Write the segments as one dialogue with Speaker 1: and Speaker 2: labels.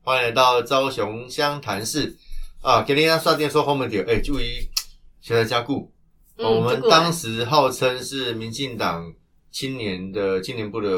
Speaker 1: 欢迎来到高雄湘潭市啊！给大家刷电说后门点，哎、注意学来加固。
Speaker 2: 嗯，
Speaker 1: 哦我们
Speaker 2: 这个
Speaker 1: 当时号称是民进党青年的青年部的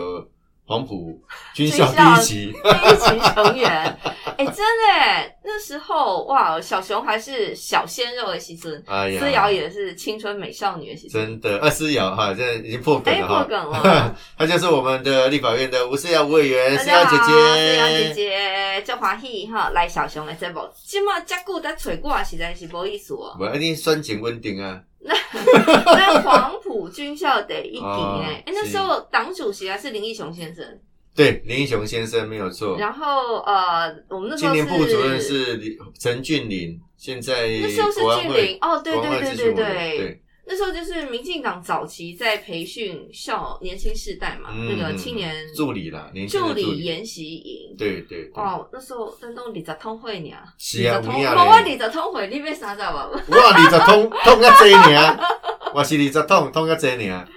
Speaker 1: 黄埔军校
Speaker 2: 军校
Speaker 1: 第一期，
Speaker 2: 第一期成员，哎、真的哎，那时候哇，小熊还是小鲜肉的时阵，
Speaker 1: 哎
Speaker 2: 思
Speaker 1: 呀，
Speaker 2: 瑶也是青春美少女的时阵，
Speaker 1: 真的，啊，思瑶哈，现在已经破梗
Speaker 2: 哎、
Speaker 1: 了
Speaker 2: 破
Speaker 1: 哈，
Speaker 2: 梗了。
Speaker 1: 她就是我们的立法院的吴思瑶吴委员，
Speaker 2: 大
Speaker 1: 思
Speaker 2: 家
Speaker 1: 瑶
Speaker 2: 好，
Speaker 1: 姐
Speaker 2: 思瑶姐
Speaker 1: 姐，
Speaker 2: 姐，叫欢喜哈，来小熊的节目，即马遮久才找我，实在是无意思哦。
Speaker 1: 我一定酸碱温定啊，
Speaker 2: 那黄埔军校得一顶
Speaker 1: 哦
Speaker 2: 哎、哎、那
Speaker 1: 是
Speaker 2: 时候党主席还是林义雄先生，
Speaker 1: 对，林英雄先生没有错，
Speaker 2: 然后呃，我们那时
Speaker 1: 哦青
Speaker 2: 候
Speaker 1: 年
Speaker 2: 是
Speaker 1: 部主任是李陈俊霖，现在
Speaker 2: 那时候是
Speaker 1: 国安
Speaker 2: 俊
Speaker 1: 会
Speaker 2: 霖哦，对
Speaker 1: 国安
Speaker 2: 对
Speaker 1: 会咨
Speaker 2: 对对
Speaker 1: 询委
Speaker 2: 对
Speaker 1: 员，对，
Speaker 2: 那时候就是民进党早期在培训校年轻世代嘛，
Speaker 1: 嗯
Speaker 2: 那个青年
Speaker 1: 助理啦，年轻
Speaker 2: 助
Speaker 1: 的
Speaker 2: 理
Speaker 1: 理，
Speaker 2: 研习营。
Speaker 1: 对对对，
Speaker 2: 哇，那时候咱都二十通会呢，
Speaker 1: 是啊
Speaker 2: 二十通
Speaker 1: 有影哦
Speaker 2: 我
Speaker 1: 嘞
Speaker 2: 我二十通会，你要三十万无？
Speaker 1: 我二十 通通较济尔，我是二十通通较济尔，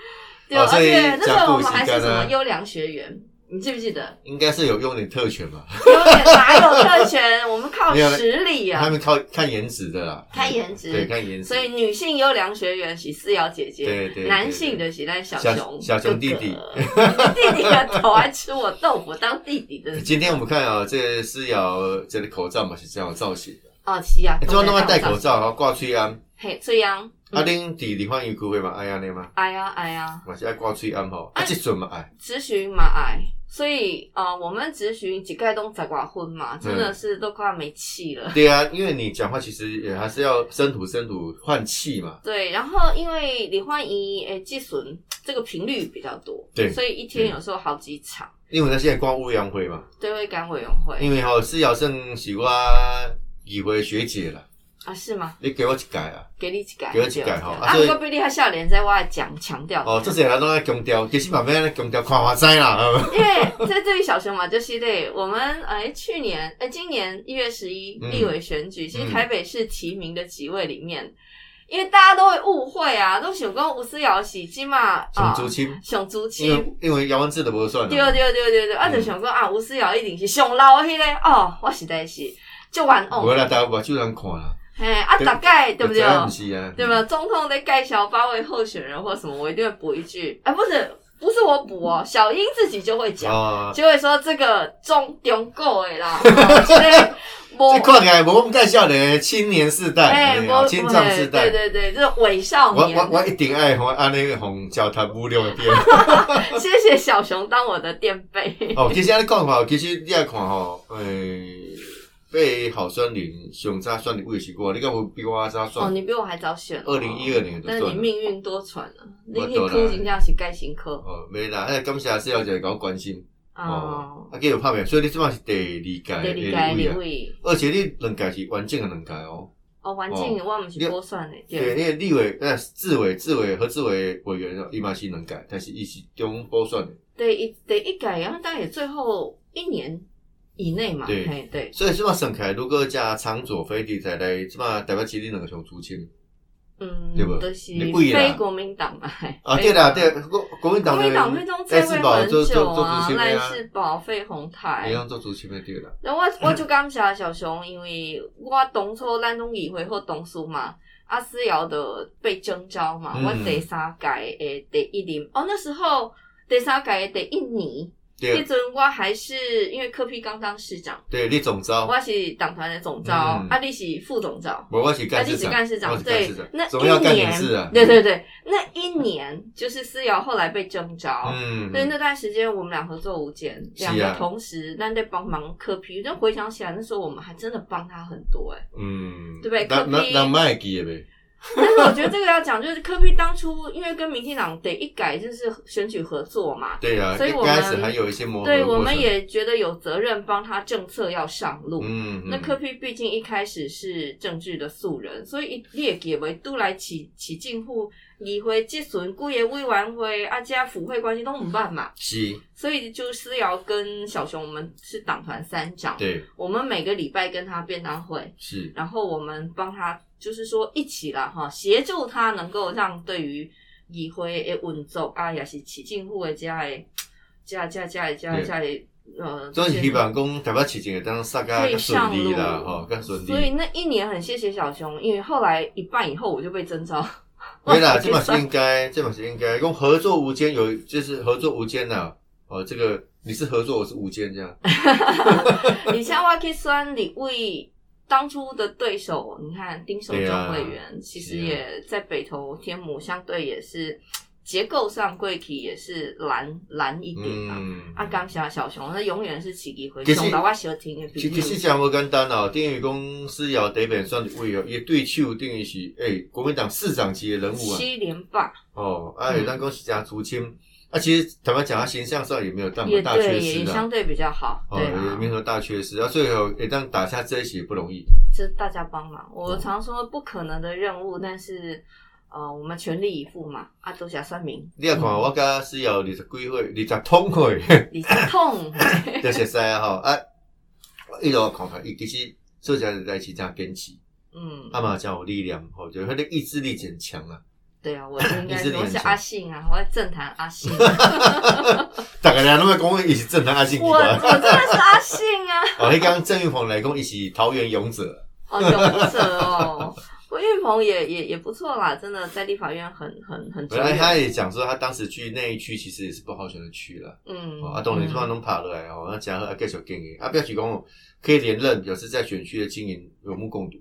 Speaker 2: 对，而
Speaker 1: 所以
Speaker 2: 且那时候我们还是
Speaker 1: 讲故事
Speaker 2: 什
Speaker 1: 干啊
Speaker 2: 么优良学员，你记不记得？
Speaker 1: 应该是有用点特权吧？
Speaker 2: 优点哪有特权？我们靠
Speaker 1: 没有
Speaker 2: 实力
Speaker 1: 他
Speaker 2: 啊，
Speaker 1: 们靠看颜值的啦，
Speaker 2: 看颜值
Speaker 1: 对，看颜值，
Speaker 2: 所以女性优良学员是思瑶姐姐，
Speaker 1: 对对对
Speaker 2: 男性的是咱小
Speaker 1: 小
Speaker 2: 熊
Speaker 1: 小熊弟
Speaker 2: 哥哥
Speaker 1: 弟
Speaker 2: 弟弟的头还吃我豆腐当弟弟 的
Speaker 1: 今天我们看啊，这个思瑶这个口罩嘛是这样的造型的，
Speaker 2: 哦，是啊，
Speaker 1: 就哎弄个戴口，罩，然后挂吹安，
Speaker 2: 嘿，这样，
Speaker 1: 啊，
Speaker 2: 嗯
Speaker 1: 恁弟弟欢迎区会嘛爱安尼嘛，
Speaker 2: 哎呀哎呀，
Speaker 1: 嘛是爱挂吹安吼，啊，
Speaker 2: 哎
Speaker 1: 即阵嘛爱，
Speaker 2: 咨询嘛哎，所以呃，我们咨询几盖东在寡婚嘛，真的是都快没气了。
Speaker 1: 对啊，因为你讲话其实也还是要生吐生吐换气嘛，
Speaker 2: 对，然后因为李焕英诶，寄损这个频率比较多，
Speaker 1: 对
Speaker 2: 所以一天有时候好几场，
Speaker 1: 因为他现在挂乌阳会嘛，
Speaker 2: 对会赶委员会
Speaker 1: 因为吼思瑶算是我以为学姐啦，
Speaker 2: 啊，是吗？
Speaker 1: 你给我一改啊。
Speaker 2: 给你一改，
Speaker 1: 给我一改吼啊
Speaker 2: 啊，
Speaker 1: 所
Speaker 2: 不
Speaker 1: 以
Speaker 2: 过比你还笑脸在我讲强调，
Speaker 1: 哦，这些人拢在强调，其实慢慢在强调看花仔 啦。
Speaker 2: 因为在这里小熊嘛，就是对我们哎，去年哎，今年一月十一
Speaker 1: 嗯
Speaker 2: 立委选举，其
Speaker 1: 嗯
Speaker 2: 实台北市提名的几位里面，因为大家都会误会啊，都想讲吴思瑶是起嘛
Speaker 1: 陈
Speaker 2: 啊，
Speaker 1: 竹青，
Speaker 2: 熊竹
Speaker 1: 因
Speaker 2: 青。
Speaker 1: 为因为嗯姚文志的不算
Speaker 2: 对对
Speaker 1: 了，
Speaker 2: 对对对，啊，就想讲啊，吴思瑶一定是上老迄个哦，我实在是就玩
Speaker 1: 无
Speaker 2: 哦，
Speaker 1: 啦，大家目睭人看啦，
Speaker 2: 嘿啊，
Speaker 1: 对
Speaker 2: 大概对不对？
Speaker 1: 不是啊，
Speaker 2: 对吧？总统在介绍八位候选人或什么，我一定会补一句，啊，不是不是我补哦，小英自己就会讲。
Speaker 1: 哦，
Speaker 2: 就会说这个中中国 的啦，哦这个
Speaker 1: 这
Speaker 2: 无
Speaker 1: 看起来无我们介绍的青年世代，哎呀
Speaker 2: 无
Speaker 1: 青壮世代
Speaker 2: 对。对对，这伪少
Speaker 1: 我我
Speaker 2: 年。
Speaker 1: 我一定爱红安那个红脚踏不溜的 变。
Speaker 2: 谢谢小熊当我的垫 背，
Speaker 1: 哦，其实安尼讲吼，其实你来看吼，诶，被郝酸林上早选的位是我，你敢无比我早
Speaker 2: 哦，
Speaker 1: 选？
Speaker 2: 你比我还早选哦，
Speaker 1: 二零一二年就
Speaker 2: 但是你
Speaker 1: 选。
Speaker 2: 命运多舛啊！你
Speaker 1: 我
Speaker 2: 去
Speaker 1: 多啦
Speaker 2: 哭真正是该辛苦
Speaker 1: 哦，没啦，哎，感谢四小姐给我关心。哦
Speaker 2: 哦，。
Speaker 1: 啊，计有拍片，所以你即摆是第二
Speaker 2: 第
Speaker 1: 届，
Speaker 2: 二届
Speaker 1: 位
Speaker 2: 立
Speaker 1: 啊。
Speaker 2: 委，
Speaker 1: 而且你两届是完整的两届哦。
Speaker 2: 哦，环境我毋是多算的，
Speaker 1: 对，因
Speaker 2: 对，
Speaker 1: 为立委、呃，志伟、志伟和志伟委员哦伊嘛是两届，但是伊是中补选的。
Speaker 2: 对一第一届，然后大概也最后一年以内嘛，
Speaker 1: 对
Speaker 2: 嘿对，
Speaker 1: 所以即摆算起来，如果加长左飞地再来，即摆代表起你两个上主亲。
Speaker 2: 嗯
Speaker 1: 对吧，
Speaker 2: 就是
Speaker 1: 你贵啦
Speaker 2: 非国民党嘛，嘿
Speaker 1: 啊，
Speaker 2: 非
Speaker 1: 对啦，
Speaker 2: 国民党
Speaker 1: 对，国国民党
Speaker 2: 哎国
Speaker 1: 的
Speaker 2: 民党会中在
Speaker 1: 赖
Speaker 2: 位很
Speaker 1: 世宝做
Speaker 2: 久
Speaker 1: 做做
Speaker 2: 啊
Speaker 1: 主，席
Speaker 2: 赖
Speaker 1: 的啊，
Speaker 2: 世宝、费鸿
Speaker 1: 一
Speaker 2: 泰。
Speaker 1: 样做主席的对啦。
Speaker 2: 然后我我就感谢小熊，因为我当初咱拢议会或同事嘛，啊阿思瑶的被征召嘛，
Speaker 1: 嗯
Speaker 2: 我第三届诶第一年，哦那时候第三届的第一年，迄
Speaker 1: 对
Speaker 2: 阵我还是因为柯 P 刚当市长，
Speaker 1: 对，你总招，
Speaker 2: 我是党团的总召，
Speaker 1: 哦嗯
Speaker 2: 啊你是副总召。
Speaker 1: 无我是
Speaker 2: 啊，
Speaker 1: 干
Speaker 2: 你
Speaker 1: 事
Speaker 2: 是
Speaker 1: 长，
Speaker 2: 干事
Speaker 1: 我
Speaker 2: 长，
Speaker 1: 是干
Speaker 2: 对
Speaker 1: 事长，，
Speaker 2: 那
Speaker 1: 总要
Speaker 2: 一
Speaker 1: 干点
Speaker 2: 年
Speaker 1: 事啊。，
Speaker 2: 对对对，那一年就是思瑶后来被征召，
Speaker 1: 嗯，
Speaker 2: 所以那段时间我们俩合作无间，
Speaker 1: 是啊
Speaker 2: 两个同时，但在帮忙柯皮。但回想起来，那时候我们还真的帮他很多哎、
Speaker 1: 嗯，
Speaker 2: 对不对
Speaker 1: 咱
Speaker 2: 柯
Speaker 1: 咱
Speaker 2: 批
Speaker 1: 咱卖记的呗。
Speaker 2: 但是我觉得这个要讲，就是柯皮当初因为跟民进党得一改，就是选举合作嘛，
Speaker 1: 对呀、啊，
Speaker 2: 所以
Speaker 1: 一
Speaker 2: 我
Speaker 1: 开
Speaker 2: 们
Speaker 1: 始还有一些磨合
Speaker 2: 对，
Speaker 1: 的过
Speaker 2: 我们
Speaker 1: 程
Speaker 2: 也觉得有责任帮他政策要上路。
Speaker 1: 嗯，
Speaker 2: 那
Speaker 1: 嗯
Speaker 2: 柯皮毕竟一开始是政治的素人，所以一列给为都来起起进户，议会即损故也委员会啊，加府会关系都唔办嘛，
Speaker 1: 是，
Speaker 2: 所以就思瑶跟小熊我们是党团三长，
Speaker 1: 对，
Speaker 2: 我们每个礼拜跟他便当会，
Speaker 1: 是，
Speaker 2: 然后我们帮他，就是说一起啦哈，协助他能够让对于议会的运作啊，也是起进户的家的，家家家的家的家的呃，
Speaker 1: 所以希
Speaker 2: 这些
Speaker 1: 望讲台北市情会当萨
Speaker 2: 可
Speaker 1: 甲
Speaker 2: 以
Speaker 1: 较顺利啦
Speaker 2: 上，路
Speaker 1: 吼，较顺
Speaker 2: 所以
Speaker 1: 利。
Speaker 2: 那一年很谢谢小熊，因为后来一半以后我就被征召。
Speaker 1: 没啦，这
Speaker 2: 我
Speaker 1: 嘛
Speaker 2: 被
Speaker 1: 是
Speaker 2: 征
Speaker 1: 应该，这嘛是应该，用合作无间有，就是合作无间呐。哦，这个你是合作，我是无间这
Speaker 2: 哎
Speaker 1: 样。
Speaker 2: 召 你像我去酸李卫当初的对手，你看丁守中
Speaker 1: 对啊
Speaker 2: 委员，其实
Speaker 1: 是啊
Speaker 2: 也在北投天母，相对也是结构上贵体也是蓝蓝一点啊。
Speaker 1: 嗯，
Speaker 2: 啊，感谢小熊，那永远是奇迹回
Speaker 1: 其实
Speaker 2: 熊到我小听的
Speaker 1: 其其
Speaker 2: 比
Speaker 1: 实
Speaker 2: 喻。
Speaker 1: 讲无简单哦，等于讲思瑶第一本选立委哦，伊对手等于是诶、国民党市长级的人物啊，
Speaker 2: 七连霸
Speaker 1: 哦，啊，
Speaker 2: 嗯
Speaker 1: 有咱讲是加竹青，啊，其实坦白讲，他形象上也没有那么
Speaker 2: 也
Speaker 1: 大缺
Speaker 2: 对，也
Speaker 1: 失的、
Speaker 2: 相对比较好，
Speaker 1: 哦，
Speaker 2: 对
Speaker 1: 也
Speaker 2: 啊
Speaker 1: 没，有大缺失啊，所以哦，一旦打下这一棋不容易。
Speaker 2: 这大家帮忙。我常说不可能的任务，但是呃，我们全力以赴嘛。啊，多谢算命，
Speaker 1: 你也看，我甲思瑶二十几岁，二十通岁，
Speaker 2: 你 痛，
Speaker 1: 就熟悉啊吼，啊，我一路看看，伊其实做这样的代志真坚持，
Speaker 2: 嗯，
Speaker 1: 啊嘛真有力量，吼、就迄个意志力很强啊。
Speaker 2: 对啊，我应
Speaker 1: 你
Speaker 2: 该
Speaker 1: 是
Speaker 2: 我
Speaker 1: 脸
Speaker 2: 是
Speaker 1: 上
Speaker 2: 阿信啊，我在政坛阿信，
Speaker 1: 大家人拢在讲伊是正常阿信
Speaker 2: 我我真的是阿信啊，
Speaker 1: 哦，迄刚郑云鹏来讲，伊是桃园勇者，
Speaker 2: 哦，勇者哦，郭运鹏也也也不错啦，真的在立法院很很很久
Speaker 1: 本来
Speaker 2: 远，
Speaker 1: 他也讲说，他当时去那一区其实也是不好选的区啦。
Speaker 2: 嗯
Speaker 1: 哦，啊，当然突然
Speaker 2: 嗯
Speaker 1: 拢爬落来哦，那嘉禾继续经营，啊，表示讲可以连任，表示在选区的经营有目共睹，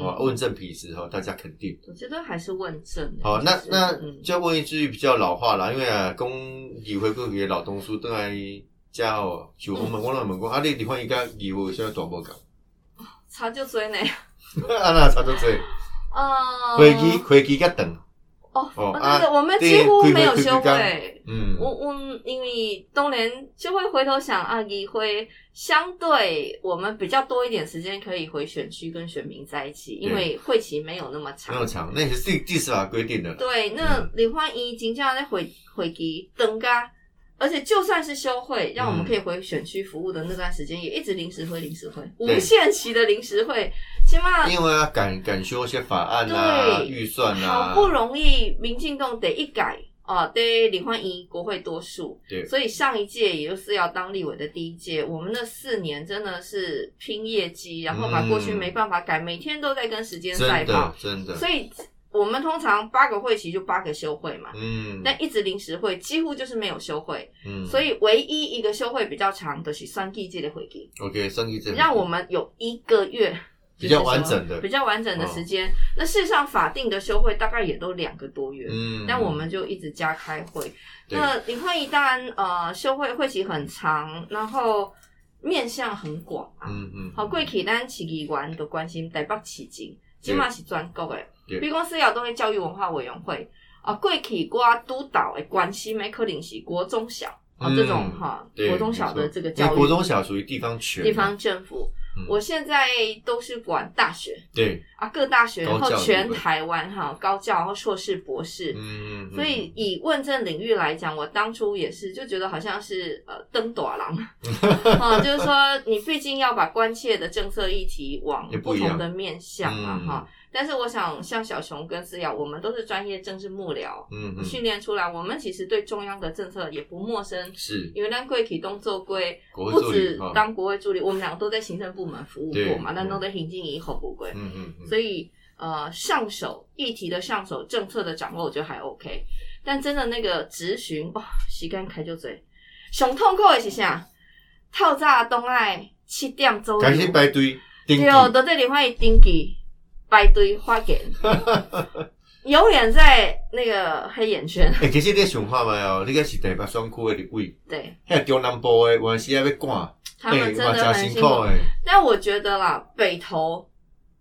Speaker 1: 哦，
Speaker 2: 嗯，
Speaker 1: 问政皮时候大家肯定。
Speaker 2: 我觉得还是问政的，
Speaker 1: 好，那
Speaker 2: 就是
Speaker 1: 那
Speaker 2: 嗯
Speaker 1: 就问一句比较老话啦，因为啊，讲移回过去的老东叔倒来家哦，就我们我拢问讲，啊，你离婚伊甲移回现在大无共，
Speaker 2: 差就追呢，
Speaker 1: 啊那差多济，
Speaker 2: 呃，
Speaker 1: 会期会期较长，
Speaker 2: 哦，
Speaker 1: 哦
Speaker 2: 那个
Speaker 1: 啊
Speaker 2: 我们
Speaker 1: 对
Speaker 2: 几乎
Speaker 1: 规
Speaker 2: 没
Speaker 1: 规
Speaker 2: 有
Speaker 1: 规
Speaker 2: 休
Speaker 1: 规
Speaker 2: 会。
Speaker 1: 嗯，
Speaker 2: 我我因为当然就会回头想啊，议会相对我们比较多一点时间可以回选区跟选民在一起，因为会期没有那么
Speaker 1: 没
Speaker 2: 长
Speaker 1: 有。长，那也是第第四法规定的啦。
Speaker 2: 对，那
Speaker 1: 嗯
Speaker 2: 李焕英金这样在回回击等噶，而且就算是休会，让我
Speaker 1: 嗯
Speaker 2: 们可以回选区服务的那段时间，也一直临时会临时会，
Speaker 1: 对
Speaker 2: 无限期的临时会，起码
Speaker 1: 因为要赶赶修一些法案啊、
Speaker 2: 对
Speaker 1: 预算
Speaker 2: 好
Speaker 1: 啊，
Speaker 2: 不容易民进动得一改啊，得李焕英国会多数，
Speaker 1: 对
Speaker 2: 所以上一届也就是要当立委的第一届，我们那四年真的是拼业绩，然后把过去没办法改，每天都在跟时间赛
Speaker 1: 真的
Speaker 2: 跑，
Speaker 1: 真的，
Speaker 2: 所以我们通常八个会期就八个休会嘛。
Speaker 1: 嗯
Speaker 2: 但一直临时会，几乎就是没有休会，
Speaker 1: 嗯，
Speaker 2: 所以唯一一个休会比较长的是三季界的会议，
Speaker 1: OK，上议这
Speaker 2: 让我们有一个月
Speaker 1: 比较完整的哦
Speaker 2: 比较完整的时间。那事实上，法定的休会大概也都两个多月，
Speaker 1: 嗯，
Speaker 2: 但我们就一直加开会。
Speaker 1: 对
Speaker 2: 那李焕一当然呃，休会会期很长，然后面向很广啊。
Speaker 1: 嗯嗯，
Speaker 2: 好，贵企咱市议员都关心台北市情，即嘛是全国诶。
Speaker 1: 对
Speaker 2: 比如讲，私校都会教育文化委员会啊，贵企我督导诶关心诶，可能是国中小啊、
Speaker 1: 嗯
Speaker 2: 这种哈、
Speaker 1: 对
Speaker 2: 国中小的这个
Speaker 1: 因
Speaker 2: 教
Speaker 1: 为
Speaker 2: 育，
Speaker 1: 国中小属于地方权，
Speaker 2: 地方政府。
Speaker 1: 嗯
Speaker 2: 我现在都是管大学
Speaker 1: 对，
Speaker 2: 啊，各大学，然
Speaker 1: 高
Speaker 2: 后
Speaker 1: 教
Speaker 2: 全
Speaker 1: 部分
Speaker 2: 台湾哈高教，然后硕士、博士。
Speaker 1: 嗯，嗯
Speaker 2: 所以以问政领域来讲，我当初也是就觉得好像是呃登 短郎，啊、就是说你毕竟要把关切的政策议题往
Speaker 1: 也
Speaker 2: 不
Speaker 1: 不一样
Speaker 2: 同的面向啊
Speaker 1: 嗯
Speaker 2: 哈。但是我想，像小熊跟思瑶，我们都是专业政治幕僚
Speaker 1: 嗯嗯
Speaker 2: 训练出来，我们其实对中央的政策也不陌生。
Speaker 1: 是
Speaker 2: 因为咱贵体动作贵，
Speaker 1: 国会
Speaker 2: 不
Speaker 1: 助
Speaker 2: 止
Speaker 1: 理哈，
Speaker 2: 当国会助理，我们两个都在行政部门服务过嘛，
Speaker 1: 对
Speaker 2: 咱都在行政以后不贵，
Speaker 1: 嗯嗯嗯，
Speaker 2: 所以呃，上手议题的上手，政策的掌握，我觉得还 OK。但真的那个执询，哇、时间开就嘴，上痛苦的是啥？透早东爱七点左右，
Speaker 1: 赶紧排队，登记
Speaker 2: 对，哦都在里欢迎登记排队发 言，永远在那个黑眼圈，
Speaker 1: 哎，其实你想看卖哦，你个是台北选区的立委，
Speaker 2: 对
Speaker 1: 遐中南部的原是要要赶，欸
Speaker 2: 他们真
Speaker 1: 嘛
Speaker 2: 的
Speaker 1: 真
Speaker 2: 很
Speaker 1: 辛
Speaker 2: 辛
Speaker 1: 苦
Speaker 2: 苦。
Speaker 1: 诶，
Speaker 2: 但我觉得啦，北投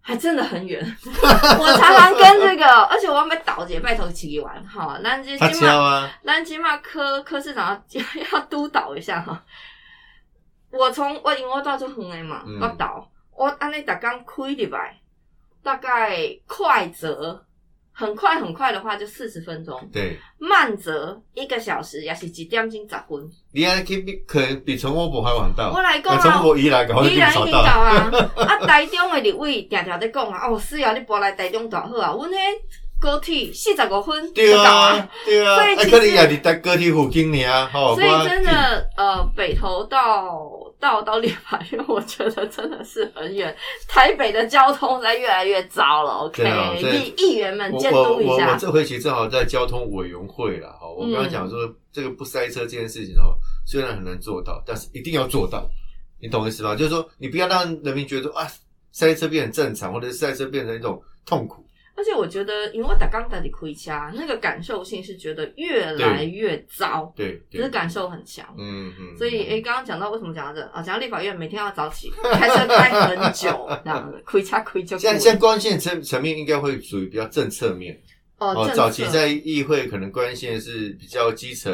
Speaker 2: 还真的 很远。我常常跟这个，而且我要被倒姐拜头起玩哈。咱这
Speaker 1: 他
Speaker 2: 今
Speaker 1: 车
Speaker 2: 嘛，
Speaker 1: 啊，
Speaker 2: 咱今嘛科科市长要要督导一下哈。我从我因为我到就很远的嘛，
Speaker 1: 嗯
Speaker 2: 我倒我安尼大刚开礼拜，大概快则很快很快的话就四十分钟，
Speaker 1: 对，
Speaker 2: 慢则一个小时也是一点钟十分。
Speaker 1: 你安尼去比可能比陈伯伯还晚到
Speaker 2: 我，来讲
Speaker 1: 啊，
Speaker 2: 啊
Speaker 1: 陈，伯宜兰搞
Speaker 2: 依然一
Speaker 1: 早
Speaker 2: 定到
Speaker 1: 到，
Speaker 2: 啊！啊，台中的立委常常在讲啊，哦，需要你搬来台中就好啊。阮迄高铁四十五分
Speaker 1: 对
Speaker 2: 就到
Speaker 1: 啊
Speaker 2: 啊。，
Speaker 1: 对啊，
Speaker 2: 所以
Speaker 1: 啊，
Speaker 2: 其
Speaker 1: 可能
Speaker 2: 实
Speaker 1: 也是在高铁附近尔吼，
Speaker 2: 所以
Speaker 1: 哦我
Speaker 2: 真的，呃，北投到到到立法院， 我觉得真的是很远。台北的交通在越来越糟了，OK？、
Speaker 1: 真的哦所以
Speaker 2: 议议员们
Speaker 1: 我
Speaker 2: 监
Speaker 1: 我
Speaker 2: 督一
Speaker 1: 我我
Speaker 2: 下，
Speaker 1: 这回其实正好在交通委员会啦，哈，我刚刚
Speaker 2: 嗯
Speaker 1: 讲说这个不塞车这件事情哦，虽然很难做到，但是一定要做到，你懂我意思吗？就是说你不要让人民觉得说啊塞车变成正常，或者是塞车变成一种痛苦。
Speaker 2: 而且我觉得，因为我打刚打的亏掐，那个感受性是觉得越来越糟，
Speaker 1: 对，
Speaker 2: 只是
Speaker 1: 对，
Speaker 2: 感受很强。
Speaker 1: 嗯嗯，
Speaker 2: 所以，诶、刚刚讲到为什么讲到这啊？讲到立法院每天要早起， 开车开很久，这样子亏掐亏就
Speaker 1: 现在现在关键层层面应该会属于比较政策面。
Speaker 2: 哦，政
Speaker 1: 早
Speaker 2: 策
Speaker 1: 期在议会可能关心的是比较基层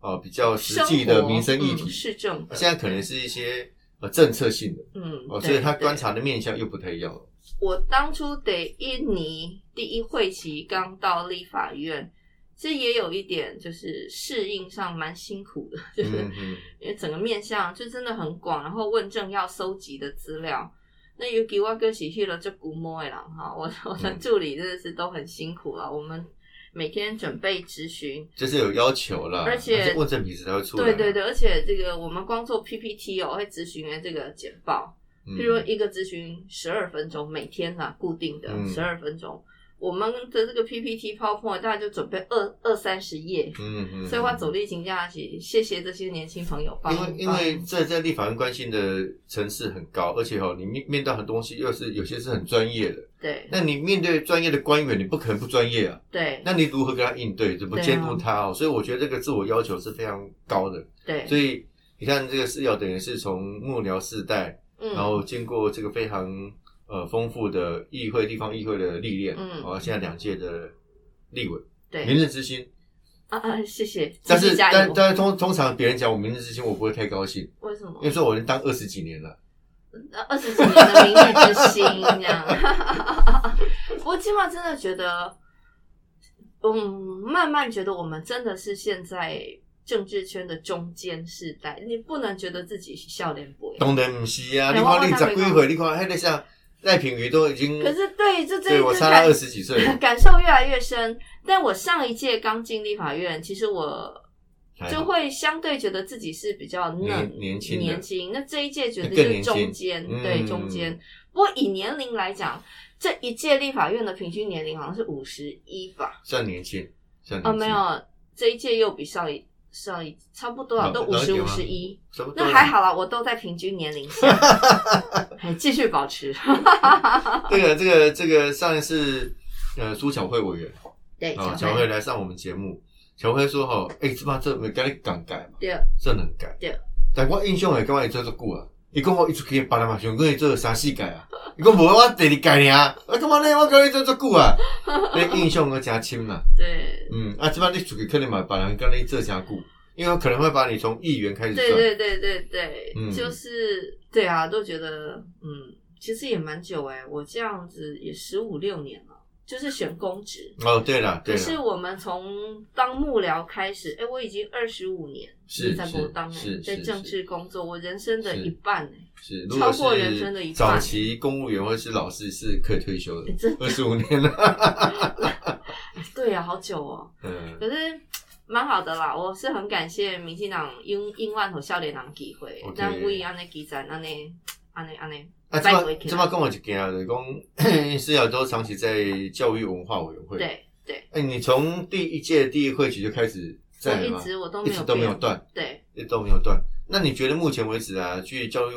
Speaker 1: 哦，比较实际的民生议
Speaker 2: 嗯、
Speaker 1: 题，
Speaker 2: 市政的，
Speaker 1: 现在可能是一些呃政策性的
Speaker 2: 嗯，
Speaker 1: 哦，所以他
Speaker 2: 对对
Speaker 1: 观察的面向又不太一样了。
Speaker 2: 我当初得印尼第一会期刚到立法院，其实也有一点就是适应上蛮辛苦的，就是
Speaker 1: 嗯嗯
Speaker 2: 因为整个面向就真的很广，然后问政要收集的资料。那尤其我跟喜去了就古摸的人哈，我 我的
Speaker 1: 嗯
Speaker 2: 助理真的是都很辛苦啊了，我们每天准备质询，
Speaker 1: 就是有要求啦，
Speaker 2: 而且
Speaker 1: 它是问政笔才会出来。
Speaker 2: 对对，对，而且这个我们光做 PPT 哦，会咨询的这个简报，
Speaker 1: 嗯
Speaker 2: 譬如说一个咨询十二分钟，每天呐、固定的
Speaker 1: 嗯
Speaker 2: 十二分钟。我们的这个 PPT PowerPoint 大概就准备二二三十页，
Speaker 1: 嗯嗯，
Speaker 2: 所以我走力请假期，谢谢这些年轻朋友帮
Speaker 1: 因
Speaker 2: 我
Speaker 1: 为因为
Speaker 2: 嗯
Speaker 1: 在在立法院关心的层次很高，而且哦，你面面到很多东西又是有些是很专业的，
Speaker 2: 对
Speaker 1: 那你面对专业的官员，你不可能不专业啊。
Speaker 2: 对
Speaker 1: 那你如何跟他应对？怎么
Speaker 2: 对啊
Speaker 1: 监督他哦？所以我觉得这个自我要求是非常高的。
Speaker 2: 对，
Speaker 1: 所以你看，这个四爻等于是从幕僚世代，
Speaker 2: 嗯
Speaker 1: 然后经过这个非常呃丰富的议会、地方议会的历练，
Speaker 2: 嗯
Speaker 1: 然后现在两届的立委，明
Speaker 2: 对
Speaker 1: 日之星。
Speaker 2: 啊啊，谢谢，
Speaker 1: 但
Speaker 2: 继
Speaker 1: 是
Speaker 2: 续加
Speaker 1: 但
Speaker 2: 油。
Speaker 1: 但是通通常别人讲我明日之星，我不会太高兴，
Speaker 2: 为什么
Speaker 1: 因为说我已经当二十几年了。
Speaker 2: 呃二十几年的明日之星这样？ 我起码真的觉得，嗯，慢慢觉得我们真的是现在政治圈的中间世代，你不能觉得自己是笑脸 boy。
Speaker 1: 当然不是啊，
Speaker 2: 哎
Speaker 1: 你
Speaker 2: 我
Speaker 1: 看
Speaker 2: 我
Speaker 1: 你
Speaker 2: 还没
Speaker 1: 十几岁，你看那个像赖品妤都已经，
Speaker 2: 可是对这这
Speaker 1: 对我
Speaker 2: 这
Speaker 1: 差他
Speaker 2: 感，
Speaker 1: 二十几岁了
Speaker 2: 感受越来越深。但我上一届刚进立法院，其实我
Speaker 1: 还好
Speaker 2: 就会相对觉得自己是比较嫩、
Speaker 1: 年年轻的
Speaker 2: 年轻。那这一届觉得
Speaker 1: 更
Speaker 2: 就是
Speaker 1: 年轻
Speaker 2: 中间，
Speaker 1: 嗯
Speaker 2: 对中间。不过以年龄来讲，这一届立法院的平均年龄好像是五十一吧？
Speaker 1: 算年轻，算
Speaker 2: 啊，
Speaker 1: 年轻。
Speaker 2: 没有，这一届又比上一上一差不多啊，
Speaker 1: 老
Speaker 2: 都五
Speaker 1: 哦老一
Speaker 2: 十
Speaker 1: 点
Speaker 2: 五
Speaker 1: 吗哦
Speaker 2: 十一，
Speaker 1: 差不多
Speaker 2: 那
Speaker 1: 了
Speaker 2: 还好啦，我都在平均年 龄下，还继续保持。
Speaker 1: 这个这个这个上一次呃朱巧慧委员
Speaker 2: 对，
Speaker 1: 啊，
Speaker 2: 小
Speaker 1: 巧慧来上我们节目，巧慧说吼，哎、这妈这没跟你讲改嘛，
Speaker 2: 对，
Speaker 1: 这能改。
Speaker 2: 对，
Speaker 1: 但我印象会感觉伊做足久啊，伊讲我伊出去别人嘛想讲伊做三四届啊，伊讲无我第二届尔，我感觉呢我跟伊做足久啊，你印象我诚深 啦。
Speaker 2: 对，
Speaker 1: 嗯，啊，这摆你出去可能嘛别人跟你做诚久，因为可能会把你从议员开始算。
Speaker 2: 对对对对对，
Speaker 1: 嗯
Speaker 2: 就是对啊，都觉得嗯，其实也蛮久哎、我这样子也十五六年了，就是选公职。
Speaker 1: 哦，对了， 对
Speaker 2: 可
Speaker 1: 了，
Speaker 2: 是我们从当幕僚开始，哎、我已经二十五年
Speaker 1: 是
Speaker 2: 在博当哎、
Speaker 1: 是是
Speaker 2: 在
Speaker 1: 是
Speaker 2: 政治工作，我人生的
Speaker 1: 是
Speaker 2: 一半哎、
Speaker 1: 是，如果
Speaker 2: 超过人生的一
Speaker 1: 是
Speaker 2: 半
Speaker 1: 早期公务员或是老师是可以退休的
Speaker 2: 哎，真
Speaker 1: 二十五年 了。
Speaker 2: 对啊，好久哦。
Speaker 1: 嗯，
Speaker 2: 可是蛮好的啦，我是很感谢民进党因因万和少年人机会
Speaker 1: OK，
Speaker 2: 那为安尼基站安尼安尼安尼，
Speaker 1: 啊，这
Speaker 2: 再
Speaker 1: 么
Speaker 2: 回去
Speaker 1: 这么跟我一件就是讲， 施雅都长期在教育文化委员会。，
Speaker 2: 对对，
Speaker 1: 哎，你从第一届第一会起就开始
Speaker 2: 我
Speaker 1: 在了
Speaker 2: 一
Speaker 1: 吗？
Speaker 2: 直我都
Speaker 1: 一
Speaker 2: 没
Speaker 1: 直
Speaker 2: 有
Speaker 1: 都没有
Speaker 2: 变
Speaker 1: 断，
Speaker 2: 对。
Speaker 1: 一直都没有断。那你觉得目前为止啊，去教育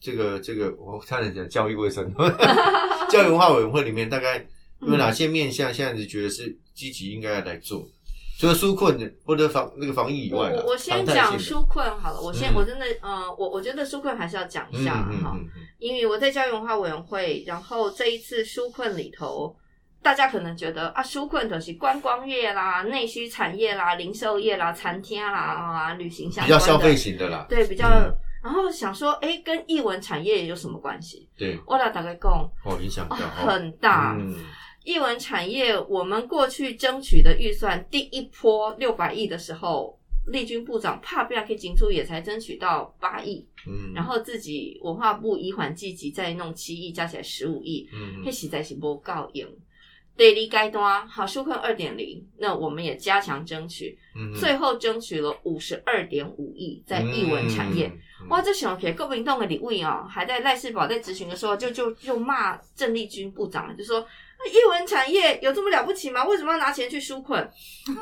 Speaker 1: 这个这个，我差点讲教育卫 生， 教育文化委员会里面大概
Speaker 2: 嗯
Speaker 1: 有哪些面向，现在你觉得是积极应该来做？除了纾困或者防那个防疫以
Speaker 2: 我
Speaker 1: 外啦
Speaker 2: 我我先
Speaker 1: 常态
Speaker 2: 讲
Speaker 1: 性的
Speaker 2: 纾困好了，我先、
Speaker 1: 嗯
Speaker 2: 我真的呃，我我觉得纾困还是要讲一下哈、
Speaker 1: 嗯
Speaker 2: 因为我在教育文化委员会，然后这一次纾困里头，大家可能觉得啊，纾困的是观光业啦、内需产业啦、零售业啦、餐厅啦啊、旅行相
Speaker 1: 比
Speaker 2: 关
Speaker 1: 较
Speaker 2: 的，
Speaker 1: 消费型的啦，
Speaker 2: 对比较、
Speaker 1: 嗯
Speaker 2: 然后想说，哎，跟艺文产业有什么关系？
Speaker 1: 对，
Speaker 2: 我来大概讲，
Speaker 1: 哦，影响
Speaker 2: 啊
Speaker 1: 比较好
Speaker 2: 很大。
Speaker 1: 嗯，
Speaker 2: 艺文产业，我们过去争取的预算第一波六百亿的时候，丽君部长怕不要去进出，也才争取到八亿，
Speaker 1: 嗯，
Speaker 2: 然后自己文化部以缓积极再弄七亿，加起来十五亿，
Speaker 1: 嗯，
Speaker 2: 那实在是不够用。对立该端好纾困二点零，那我们也加强争取，
Speaker 1: 嗯
Speaker 2: 最后争取了五十二点五亿在
Speaker 1: 嗯
Speaker 2: 艺文产业。
Speaker 1: 嗯
Speaker 2: 哇，这小撇够民动的礼物哦，还在赖世宝在执行的时候就就就骂郑丽君部长，就说那艺文产业有这么了不起吗？为什么要拿钱去纾困？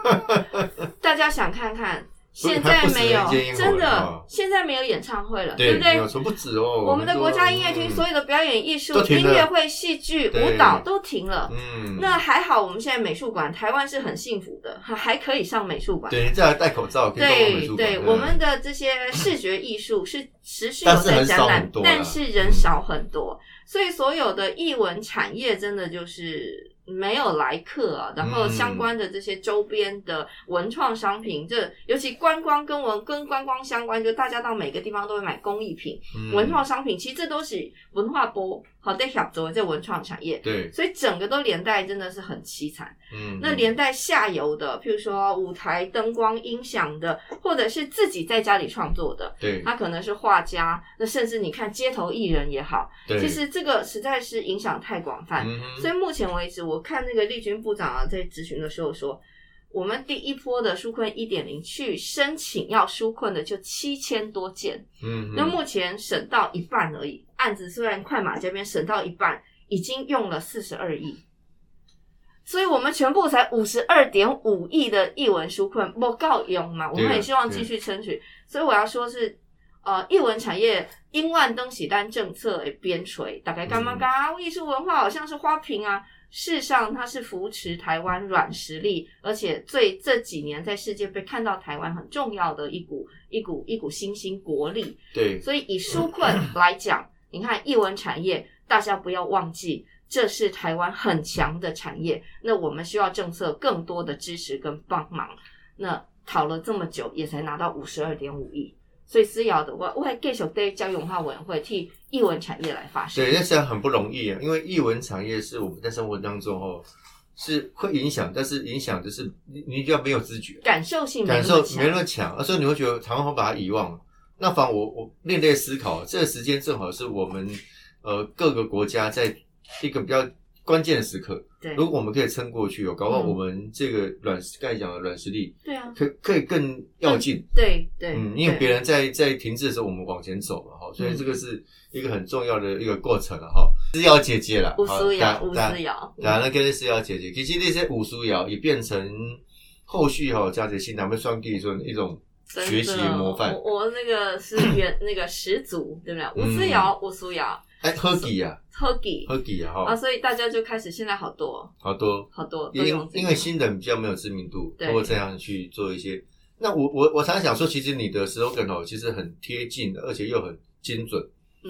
Speaker 2: 大家想看看，
Speaker 1: 所以
Speaker 2: 现在
Speaker 1: 它不止
Speaker 2: 没有
Speaker 1: 人间烟火
Speaker 2: 真
Speaker 1: 了
Speaker 2: 的
Speaker 1: 哦，
Speaker 2: 现在没有演唱会了，
Speaker 1: 对
Speaker 2: 不对
Speaker 1: 没有？错，不止哦。
Speaker 2: 我们的国家音乐
Speaker 1: 嗯
Speaker 2: 厅所有的表演艺术、音乐会、戏剧、舞蹈都停了。
Speaker 1: 嗯，
Speaker 2: 那还好，我们现在美术馆，台湾是很幸福的，还还可以上美术馆。
Speaker 1: 对，这还戴口罩，可以逛美
Speaker 2: 对
Speaker 1: 术馆
Speaker 2: 对，
Speaker 1: 嗯
Speaker 2: 我们的这些视觉艺术是持续有
Speaker 1: 但是
Speaker 2: 在
Speaker 1: 很
Speaker 2: 展
Speaker 1: 少
Speaker 2: 览
Speaker 1: 很，多啦啊
Speaker 2: 但是人少很多，所以所有的艺文产业真的就是没有来客啊。然后
Speaker 1: 嗯
Speaker 2: 相关的这些周边的文创商品，这尤其观光跟文跟观光相关，就大家到每个地方都会买工艺品、
Speaker 1: 嗯
Speaker 2: 文创商品，其实这都是文化波好在小卓这文创产业。
Speaker 1: 对，
Speaker 2: 所以整个都连带真的是很凄惨，
Speaker 1: 嗯，
Speaker 2: 那连带下游的，譬如说舞台灯光、音响的，或者是自己在家里创作的，
Speaker 1: 对
Speaker 2: 他可能是画家，那甚至你看街头艺人也好，
Speaker 1: 对，
Speaker 2: 其实这个实在是影响太广泛。
Speaker 1: 嗯哼
Speaker 2: 所以目前为止，我看那个丽君部长啊，在咨询的时候说，我们第一波的纾困一点零去申请要纾困的就七千多件，
Speaker 1: 嗯哼，
Speaker 2: 那目前审到一半而已，案子虽然快马这边审到一半，已经用了四十二亿，所以我们全部才五十二点五亿的译文纾困，不够用嘛？我们也希望继
Speaker 1: 啊
Speaker 2: 续争取，所以我要说是。呃，艺文产业因万登喜单政策诶边陲，大概干
Speaker 1: 嗯
Speaker 2: 嘛干啊？艺术文化好像是花瓶啊，事实上它是扶持台湾软实力，而且最这几年在世界被看到台湾很重要的一股一股一股新兴国力。
Speaker 1: 对，
Speaker 2: 所以以纾困来讲，你看艺文产业，大家不要忘记，这是台湾很强的产业。那我们需要政策更多的支持跟帮忙。那讨了这么久，也才拿到五十二点五亿。所以思瑶的话，我会继续对教育文化委员会替艺文产业来发声。
Speaker 1: 对，那实际上很不容易啊，因为译文产业是我们在生活当中哦，是会影响，但是影响就是你你要没有知觉，
Speaker 2: 感受性没
Speaker 1: 感
Speaker 2: 那么
Speaker 1: 受
Speaker 2: 强
Speaker 1: 没那么强，啊所以你会觉得台湾会把它遗忘了。那反而我我另类思考，这个时间正好是我们呃各个国家在一个比较关键的时刻，
Speaker 2: 对
Speaker 1: 如果我们可以撑过去哦，搞不好
Speaker 2: 嗯
Speaker 1: 我们这个软刚才讲的软实力
Speaker 2: 对啊，
Speaker 1: 可可以更要进。
Speaker 2: 对对，
Speaker 1: 嗯，因为
Speaker 2: 对
Speaker 1: 别人在在停滞的时候，我们往前走嘛，哈，所以
Speaker 2: 嗯
Speaker 1: 这个是一个很重要的一个过程了，哈。思瑶姐姐啦，
Speaker 2: 吴思瑶，吴
Speaker 1: 当然
Speaker 2: 思瑶，嗯
Speaker 1: 当然跟思瑶姐姐，其实那些武术瑶也变成后续哈，佳姐新南们双地说一种
Speaker 2: 真
Speaker 1: 学习的模范嗯
Speaker 2: 我我那个是原那个始祖，对不对？吴思瑶，吴思瑶
Speaker 1: 哎喝给啊，
Speaker 2: ，Huggy
Speaker 1: 喝给啊，
Speaker 2: 啊，
Speaker 1: 哈，
Speaker 2: 所以大家就开始现在好多
Speaker 1: 好多，
Speaker 2: 好多都
Speaker 1: 因
Speaker 2: 用这个
Speaker 1: 因为新人比较没有知名度，
Speaker 2: 对
Speaker 1: 通过这样去做一些。那我我我常常想说，其实你的 slogan 哦，其实很贴近，而且又很精准。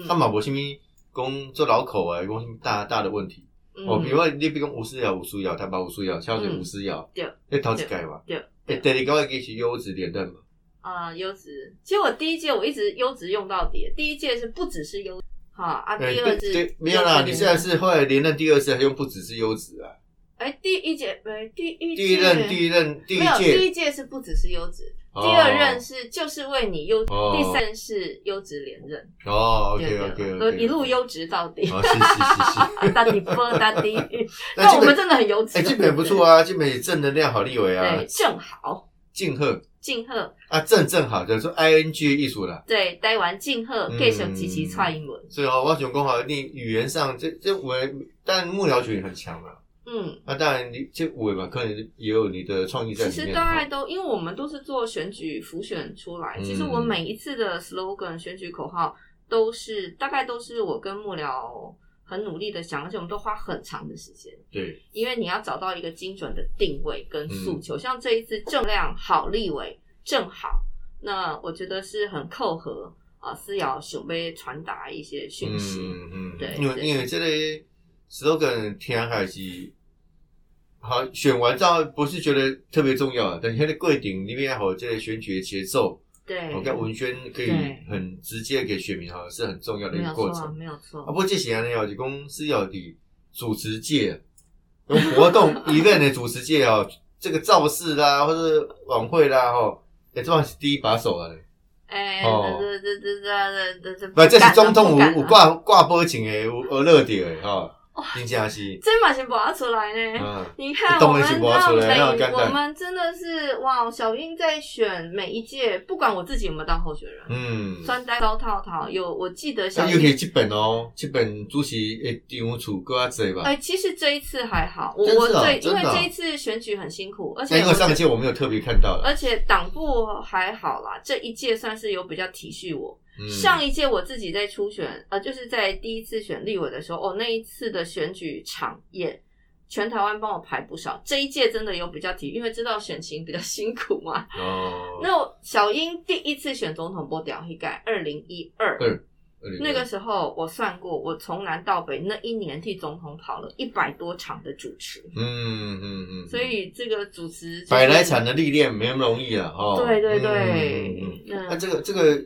Speaker 1: 那
Speaker 2: 嗯
Speaker 1: 马博新咪工做老口啊，工大大的问题。
Speaker 2: 嗯
Speaker 1: 哦，比如讲你比如讲五十摇、五十摇、他把五十摇、下水五十摇，
Speaker 2: 对，
Speaker 1: 你头一届嘛，
Speaker 2: 对
Speaker 1: 诶，第二个会继续优质连任嘛，
Speaker 2: 啊优质，其实我第一届我一直优质用到底，第一届是不只是优哈啊，
Speaker 1: 诶
Speaker 2: 第二次
Speaker 1: 哎对对，没有啦，你现在是后来连任第二次，还用不只是优质啊，
Speaker 2: 哎第一届没第一
Speaker 1: 第一任、第
Speaker 2: 一
Speaker 1: 一任、第一
Speaker 2: 没有第
Speaker 1: 届，
Speaker 2: 一届是不只是优质，
Speaker 1: 哦
Speaker 2: 第二任是就是为你优，
Speaker 1: 哦
Speaker 2: 第三任是优质连任，
Speaker 1: 哦，OK
Speaker 2: 对
Speaker 1: OK
Speaker 2: 对
Speaker 1: OK，
Speaker 2: 都一路，优质到底。
Speaker 1: 哦，是是是是，
Speaker 2: 大底波大底，
Speaker 1: 那
Speaker 2: 但
Speaker 1: 基
Speaker 2: 我们
Speaker 1: 本
Speaker 2: 真的很优质。
Speaker 1: 哎，基本不错啊，基本也正能量好立委啊
Speaker 2: 对，，正好
Speaker 1: 敬贺
Speaker 2: 敬贺，
Speaker 1: 啊，正正好就是说 ing 艺术啦。
Speaker 2: 对，待完敬贺，
Speaker 1: 嗯
Speaker 2: 继续支持蔡英文。
Speaker 1: 所以哦，我想讲好，你语言上这这我，但幕僚群也很强嘛，
Speaker 2: 嗯，
Speaker 1: 那当然，你这五位嘛，可能也有你的创意在
Speaker 2: 其
Speaker 1: 里面。
Speaker 2: 实大概都，因为我们都是做选举浮选出来，
Speaker 1: 嗯
Speaker 2: 其实我每一次的 slogan 选举口号都是大概都是我跟幕僚很努力的想，而且我们都花很长的时间。
Speaker 1: 对，
Speaker 2: 因为你要找到一个精准的定位跟诉
Speaker 1: 嗯
Speaker 2: 求。像这一次正量好立委正好，那我觉得是很扣合啊，思瑶准备传达一些讯息。
Speaker 1: 嗯嗯，
Speaker 2: 对
Speaker 1: 因为
Speaker 2: 对
Speaker 1: 因为这类 slogan 天还是好选完之后不是觉得特别重要的，啊等一下的贵顶里面还有这类选举的节奏，
Speaker 2: 对，
Speaker 1: 我看文宣可以
Speaker 2: 对
Speaker 1: 很直接给选民哈，是很重要的
Speaker 2: 没
Speaker 1: 一
Speaker 2: 有
Speaker 1: 个过
Speaker 2: 错
Speaker 1: 程
Speaker 2: 啊，。没有
Speaker 1: 啊，
Speaker 2: 错
Speaker 1: 不。过这些呢，就是讲是要的主持界，有活动 event 的主持界哦，这个造势啦，或者晚会啦，哦，哎，这帮是第一把手啊。
Speaker 2: 哎，
Speaker 1: 哦
Speaker 2: 这这这这这这这，
Speaker 1: 不，这是总统
Speaker 2: 不敢啊
Speaker 1: 有有挂挂波情的，有有热点的哈。丁嘉熙，
Speaker 2: 这嘛是拔出来呢。
Speaker 1: 嗯，
Speaker 2: 你看，我
Speaker 1: 动
Speaker 2: 们
Speaker 1: 了一起挖出来那
Speaker 2: 让
Speaker 1: 有
Speaker 2: 每
Speaker 1: 干
Speaker 2: 我
Speaker 1: 蛋
Speaker 2: 们真的是哇，小英在选每一届，不管我自己有没有当候选人，
Speaker 1: 嗯，
Speaker 2: 专单高套套有，我记得小
Speaker 1: 那又可
Speaker 2: 英。
Speaker 1: 以这本哦，这本主席诶，第五处搁较济吧。
Speaker 2: 哎，其实这一次还好，我
Speaker 1: 真是
Speaker 2: 我
Speaker 1: 哦
Speaker 2: 最因
Speaker 1: 真
Speaker 2: 为
Speaker 1: 的哦
Speaker 2: 这一次选举很辛苦，而
Speaker 1: 那
Speaker 2: 且
Speaker 1: 因为
Speaker 2: 我
Speaker 1: 上
Speaker 2: 觉
Speaker 1: 一届我没有特别看到了，
Speaker 2: 而且党部还好啦，这一届算是有比较体恤我。
Speaker 1: 嗯
Speaker 2: 上一届我自己在初选，呃，就是在第一次选立委的时候，哦，那一次的选举场也全台湾帮我排不少。这一届真的有比较体，因为知道选情比较辛苦嘛。
Speaker 1: 哦，
Speaker 2: 那我小英第一次选总统波屌一改二零一二，
Speaker 1: 嗯2020
Speaker 2: 那个时候我算过，我从南到北那一年替总统跑了一百多场的主持，
Speaker 1: 嗯嗯嗯，
Speaker 2: 所以这个主持就是
Speaker 1: 百来产的历练没那么容易啊，哦，
Speaker 2: 对对
Speaker 1: 嗯嗯嗯
Speaker 2: 对，
Speaker 1: 那
Speaker 2: 嗯，
Speaker 1: 这个这个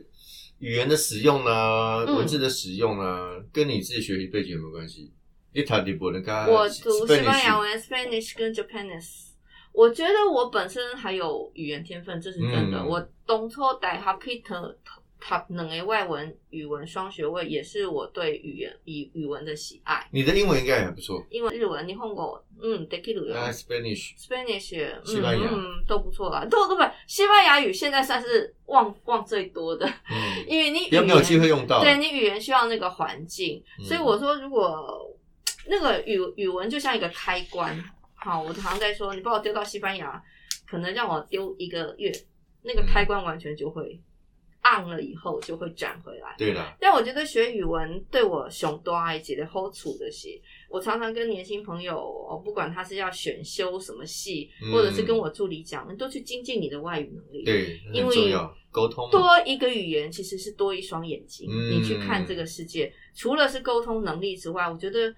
Speaker 1: 语言的使用啦，
Speaker 2: 嗯
Speaker 1: 文字的使用啦，跟你自己学习背景有没有关系？你读日本的跟
Speaker 2: 我读西班牙
Speaker 1: Spanish，
Speaker 2: 文、Spanish 跟 Japanese。我觉得我本身还有语言天分，这是真的。
Speaker 1: 嗯
Speaker 2: 我东错大学去读读两个外文语文双学位，也是我对语言语语文的喜爱。
Speaker 1: 你的英文应该也还不错
Speaker 2: 英文、日文、日本語嗯，得去旅游。
Speaker 1: 啊，Spanish，
Speaker 2: Spanish，嗯
Speaker 1: 西班牙
Speaker 2: 嗯都不错啦，都不不，西班牙语现在算是忘忘最多的，
Speaker 1: 嗯，
Speaker 2: 因为你语
Speaker 1: 有
Speaker 2: 言
Speaker 1: 没有机会用到？
Speaker 2: 对你语言需要那个环境，
Speaker 1: 嗯
Speaker 2: 所以我说如果那个语语文就像一个开关，好，我常在说你把我丢到西班牙，可能让我丢一个月，那个
Speaker 1: 嗯
Speaker 2: 开关完全就会按了以后就会转回来。
Speaker 1: 对啦，
Speaker 2: 但我觉得学语文对我熊多埃及的好处的是，我常常跟年轻朋友，哦，不管他是要选修什么系，
Speaker 1: 嗯
Speaker 2: 或者是跟我助理讲，你都去精进你的外语能力。
Speaker 1: 对，
Speaker 2: 因
Speaker 1: 很
Speaker 2: 为啊
Speaker 1: 重要，沟通嘛，
Speaker 2: 多一个语言其实是多一双眼睛，
Speaker 1: 嗯
Speaker 2: 你去看这个世界，除了是沟通能力之外，我觉得。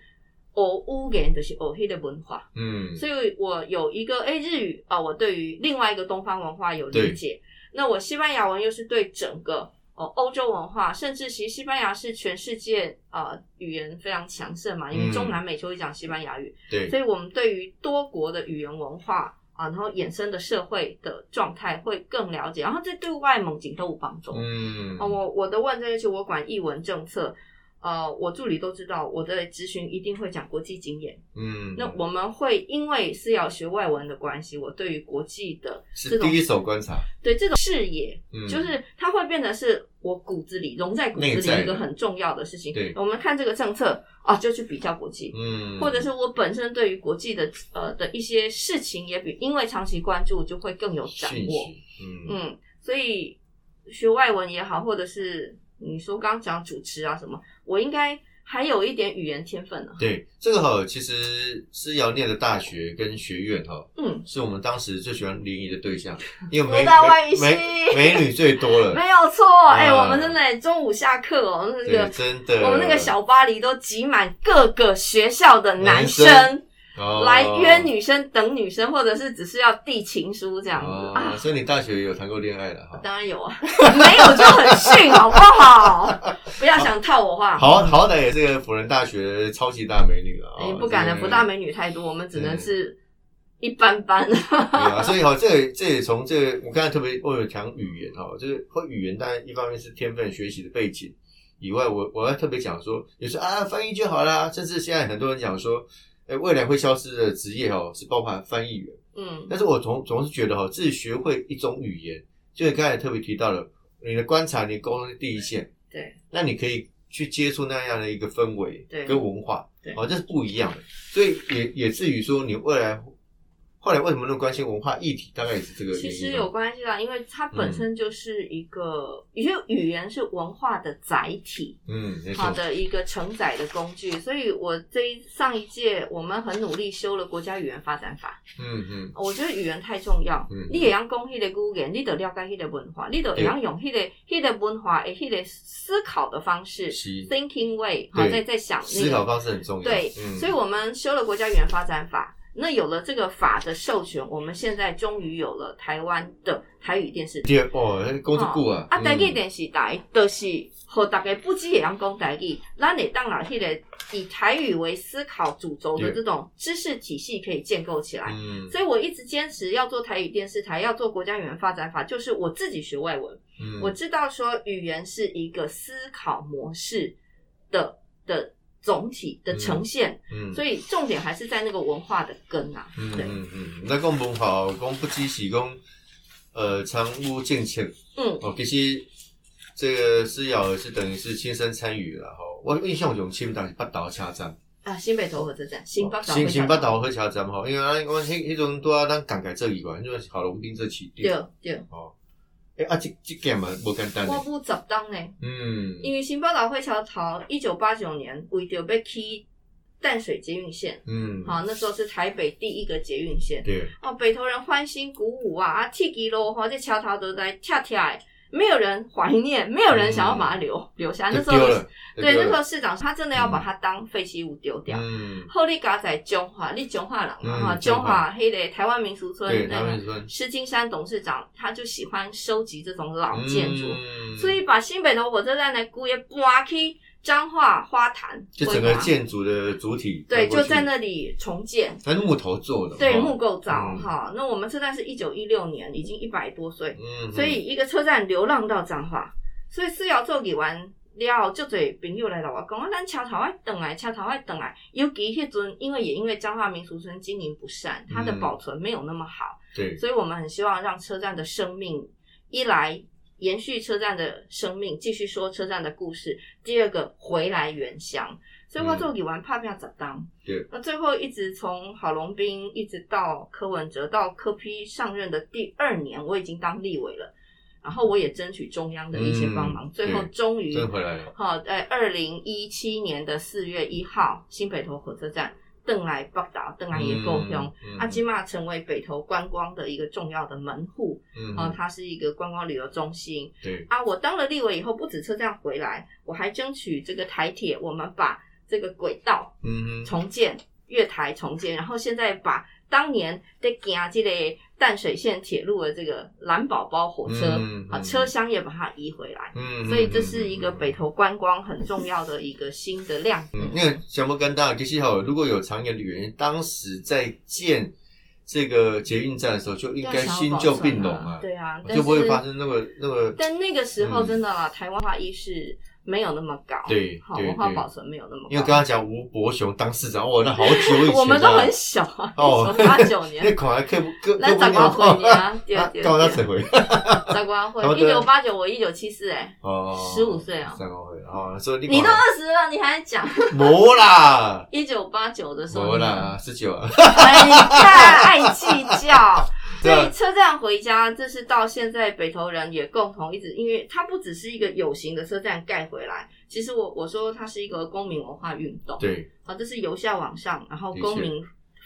Speaker 2: 哦，乌言的是哦黑的文化，
Speaker 1: 嗯，
Speaker 2: 所以我有一个哎日语啊、我对于另外一个东方文化有理解。那我西班牙文又是对整个哦欧洲文化，甚至其实西班牙是全世界呃语言非常强盛嘛，因为
Speaker 1: 嗯
Speaker 2: 中南美就会讲西班牙语，
Speaker 1: 对，
Speaker 2: 所以我们对于多国的语言文化啊，然后衍生的社会的状态会更了解，然后这对外猛景都有帮助。
Speaker 1: 嗯，
Speaker 2: 哦，我我的问这个是我管译文政策，呃，我助理都知道，我的咨询一定会讲国际经验。
Speaker 1: 嗯，
Speaker 2: 那我们会因为是要学外文的关系，我对于国际的
Speaker 1: 是第一手观察，
Speaker 2: 对这种视野，
Speaker 1: 嗯，
Speaker 2: 就是它会变得是我骨子里融在骨子
Speaker 1: 内
Speaker 2: 里
Speaker 1: 在
Speaker 2: 一个
Speaker 1: 的
Speaker 2: 很重要的事情。
Speaker 1: 对
Speaker 2: 我们看这个政策啊，就去比较国际，
Speaker 1: 嗯，
Speaker 2: 或者是我本身对于国际的呃的一些事情，也比因为长期关注就会更有掌
Speaker 1: 讯
Speaker 2: 握。
Speaker 1: 息，嗯
Speaker 2: 嗯，所以学外文也好，或者是嗯你说刚刚讲主持啊什么，我应该还有一点语言天分呢、
Speaker 1: 对，这个哈，其实是要念的大学跟学院哈，
Speaker 2: 嗯，
Speaker 1: 是我们当时最喜欢联谊的对象，因为
Speaker 2: 福
Speaker 1: 美
Speaker 2: 大外语
Speaker 1: 美
Speaker 2: 系
Speaker 1: 美美女最多了，
Speaker 2: 没有错。哎、
Speaker 1: 啊
Speaker 2: 我们真的中午下课哦，那
Speaker 1: 对，
Speaker 2: 个
Speaker 1: 真的，
Speaker 2: 我们那个小巴黎都挤满各个学校的男生
Speaker 1: 男哦
Speaker 2: 来约女生等女生，或者是只是要递情书这样子、啊。
Speaker 1: 哦，所以你大学也有谈过恋爱了哈。
Speaker 2: 当然有啊， 没有就很逊，好不 好？不要想套我话。
Speaker 1: 好好歹也是个辅仁大学超级大美女了
Speaker 2: 哎、
Speaker 1: 啊！
Speaker 2: 不敢了，
Speaker 1: 这
Speaker 2: 福
Speaker 1: 个
Speaker 2: 大美女太多，我们只能是一般般。
Speaker 1: 对啊，所以哈，这也这也从这个我刚才特别我有讲语言哈，就是会语言，当然一方面是天分、学习的背景以外，我我要特别讲说，有时候啊翻译就好啦，甚至现在很多人讲说，哎，未来会消失的职业哦，是包含翻译员。
Speaker 2: 嗯
Speaker 1: 但是我总总是觉得哈，自己学会一种语言，就你刚才特别提到了，你的观察、你的沟通是第一线，
Speaker 2: 对，
Speaker 1: 那你可以去接触那样的一个氛围，
Speaker 2: 对
Speaker 1: 跟文化，
Speaker 2: 对
Speaker 1: 哦，这是不一样的，所以也也至于说你未来后来为什么那么关心文化议题，大概也是这个原因吧。啊
Speaker 2: 其实有关系啦，因为它本身就是一个，因为语言是文化的载体，
Speaker 1: 嗯，没
Speaker 2: 好
Speaker 1: 错，
Speaker 2: 的一个承载的工具。所以我这一上一届我们很努力修了国家语言发展法，
Speaker 1: 嗯嗯，
Speaker 2: 我觉得语言太重要。
Speaker 1: 嗯
Speaker 2: 你也要讲迄个语言，你得了解迄个文化，你得也要用迄、个迄、个文化的迄个思考的方式
Speaker 1: 是
Speaker 2: ，thinking way，好，
Speaker 1: 对
Speaker 2: 在在想那
Speaker 1: 思考
Speaker 2: 个。
Speaker 1: 方式很重要。
Speaker 2: 对，
Speaker 1: 嗯、
Speaker 2: 所以我们修了国家语言发展法，那有了这个法的授权，我们现在终于有了台湾的台语电视台。
Speaker 1: 第二哦，工作顾啊，
Speaker 2: 啊，台语
Speaker 1: 嗯
Speaker 2: 电视台就是，和大家不止也能讲台语，咱得当然迄个以台语为思考主轴的
Speaker 1: 对
Speaker 2: 这种知识体系可以建构起来。
Speaker 1: 嗯
Speaker 2: 所以我一直坚持要做台语电视台，要做国家语言发展法，就是我自己学外文，
Speaker 1: 嗯，
Speaker 2: 我知道说语言是一个思考模式的的总体的呈现，
Speaker 1: 嗯，
Speaker 2: 所以重点还是在那个文化的根啊。
Speaker 1: 嗯
Speaker 2: 对，
Speaker 1: 嗯嗯，咱讲文化，讲不只是讲呃参与政策，
Speaker 2: 嗯
Speaker 1: 哦，其实这个思瑶也是等于是亲身参与了吼。我印象中深当是北投车站，
Speaker 2: 啊，新北投火车站，新北投
Speaker 1: 新新北投火车站吼，因为咱我迄迄阵拄啊咱刚改做议员，因为郝龙斌做市
Speaker 2: 对
Speaker 1: 长，
Speaker 2: 对，
Speaker 1: 吼。诶啊，这这件嘛无简单
Speaker 2: 我
Speaker 1: 诶，
Speaker 2: 不十当呢，
Speaker 1: 嗯，
Speaker 2: 因为新北投火车头一九八九年为着要起淡水捷运线，
Speaker 1: 嗯，
Speaker 2: 好、那时候是台北第一个捷运线。
Speaker 1: 对，
Speaker 2: 哦，北投人欢欣鼓舞啊，啊，踢吉咯，吼，这桥头都在跳跳的，没有人怀念，没有人想要把它留、留下。啊
Speaker 1: 嗯
Speaker 2: 那
Speaker 1: 就
Speaker 2: 时候
Speaker 1: 丢，了，就
Speaker 2: 对，
Speaker 1: 丢
Speaker 2: 那时
Speaker 1: 了
Speaker 2: 候市长他真的要把它当废弃物丢掉。
Speaker 1: 嗯，
Speaker 2: 后你嘎仔中华，你中华人嘛
Speaker 1: 嗯
Speaker 2: 哈，中华黑的台湾民俗
Speaker 1: 对，
Speaker 2: 村
Speaker 1: 他
Speaker 2: 那
Speaker 1: 们
Speaker 2: 个
Speaker 1: 说
Speaker 2: 石金山董事长，他就喜欢收集这种老建筑，
Speaker 1: 嗯
Speaker 2: 所以把新北投火车站的姑爷搬去彰化花坛，
Speaker 1: 就整个建筑的主体
Speaker 2: 对，
Speaker 1: 搬过
Speaker 2: 就
Speaker 1: 去
Speaker 2: 在，那里重建。
Speaker 1: 它是木头做的，
Speaker 2: 对，
Speaker 1: 哦
Speaker 2: 木构造
Speaker 1: 嗯
Speaker 2: 哈、那我们车站是一九一六年，已经一百多岁，
Speaker 1: 嗯，
Speaker 2: 所以一个车站流浪到彰化，所以四瑶做给完了，就嘴朋友来找我讲，啊，咱桥头爱等来，桥头爱等来。尤其迄阵，因为也因为彰化民俗村经营不善，它的
Speaker 1: 嗯
Speaker 2: 保存没有那么好，
Speaker 1: 对，
Speaker 2: 所以我们很希望让车站的生命一来。延续车站的生命，继续说车站的故事。第二个，回来原乡，所以我
Speaker 1: 嗯
Speaker 2: 做给完怕不要怎当。
Speaker 1: 对，
Speaker 2: 那最后一直从郝龙斌一直到柯文哲到柯批上任的第二年，我已经当立委了，然后我也争取中央的一些帮忙，
Speaker 1: 嗯
Speaker 2: 最后终于
Speaker 1: 真回来了，
Speaker 2: 好在二零一七年的四月一号，新北投火车站邓来报道，邓来也够啊凶。
Speaker 1: 嗯
Speaker 2: 阿基玛成为北投观光的一个重要的门户，
Speaker 1: 嗯
Speaker 2: 啊、它是一个观光旅游中心，
Speaker 1: 对，
Speaker 2: 啊，我当了立委以后，不止车站回来，我还争取这个台铁，我们把这个轨道
Speaker 1: 嗯哼，
Speaker 2: 重建、月台重建，然后现在把当年在行这个淡水线铁路的这个蓝宝宝火车、
Speaker 1: 嗯
Speaker 2: 啊
Speaker 1: 嗯
Speaker 2: 车厢也把它移回来，
Speaker 1: 嗯
Speaker 2: 所以这是一个北
Speaker 1: 投。
Speaker 2: 投观光很重要的一个新的亮点。
Speaker 1: 嗯，那个想不干大，其实哈，如果有长远的原因，当时在建这个捷运站的时候，就应该新旧并拢啊，
Speaker 2: 对啊，但
Speaker 1: 就是不会发生那个那个
Speaker 2: 但那个时候
Speaker 1: 嗯
Speaker 2: 真的啦，台湾化意识没有那么高，
Speaker 1: 对
Speaker 2: 好
Speaker 1: 对
Speaker 2: 文化
Speaker 1: 对
Speaker 2: 保存没有那么高，
Speaker 1: 因为刚刚讲吴伯雄当市长，哇，那好久以前、啊，
Speaker 2: 我们都很小啊，
Speaker 1: 哦
Speaker 2: 八九
Speaker 1: 那
Speaker 2: 年，
Speaker 1: 可能刻不刻
Speaker 2: 咱
Speaker 1: 刻
Speaker 2: 十
Speaker 1: 不
Speaker 2: 瓜
Speaker 1: 到
Speaker 2: 婚呀， 对对
Speaker 1: 到他
Speaker 2: 对，
Speaker 1: 谁回？
Speaker 2: 十瓜
Speaker 1: 差不
Speaker 2: 婚，一
Speaker 1: 多
Speaker 2: 九八九我一九七四，哎，
Speaker 1: 哦，
Speaker 2: 15岁啊
Speaker 1: 三公会哦，所以你
Speaker 2: 你都二十了，你还讲
Speaker 1: 没啦，
Speaker 2: 一九八九的时候
Speaker 1: 没
Speaker 2: 呢？
Speaker 1: 啦，十九啊，
Speaker 2: 哎呀，爱计较。
Speaker 1: 对
Speaker 2: 所
Speaker 1: 啊
Speaker 2: 以车站回家，这是到现在北投人也共同一直，因为它不只是一个有形的车站盖回来，其实我我说它是一个公民文化运动。
Speaker 1: 对，
Speaker 2: 好，这是由下往上，然后
Speaker 1: 的确
Speaker 2: 公民